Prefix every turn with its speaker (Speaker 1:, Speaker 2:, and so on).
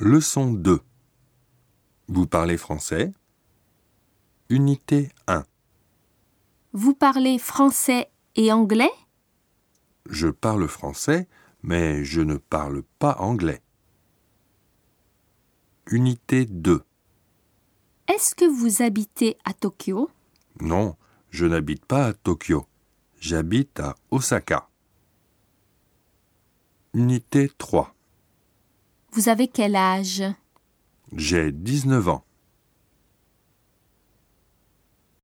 Speaker 1: Leçon 2 Vous parlez français Unité 1
Speaker 2: Vous parlez français et anglais
Speaker 1: Je parle français, mais je ne parle pas anglais. Unité 2
Speaker 2: Est-ce que vous habitez à Tokyo
Speaker 1: Non, je n'habite pas à Tokyo. J'habite à Osaka. Unité 3
Speaker 2: Vous avez quel âge
Speaker 1: J'ai 19 ans.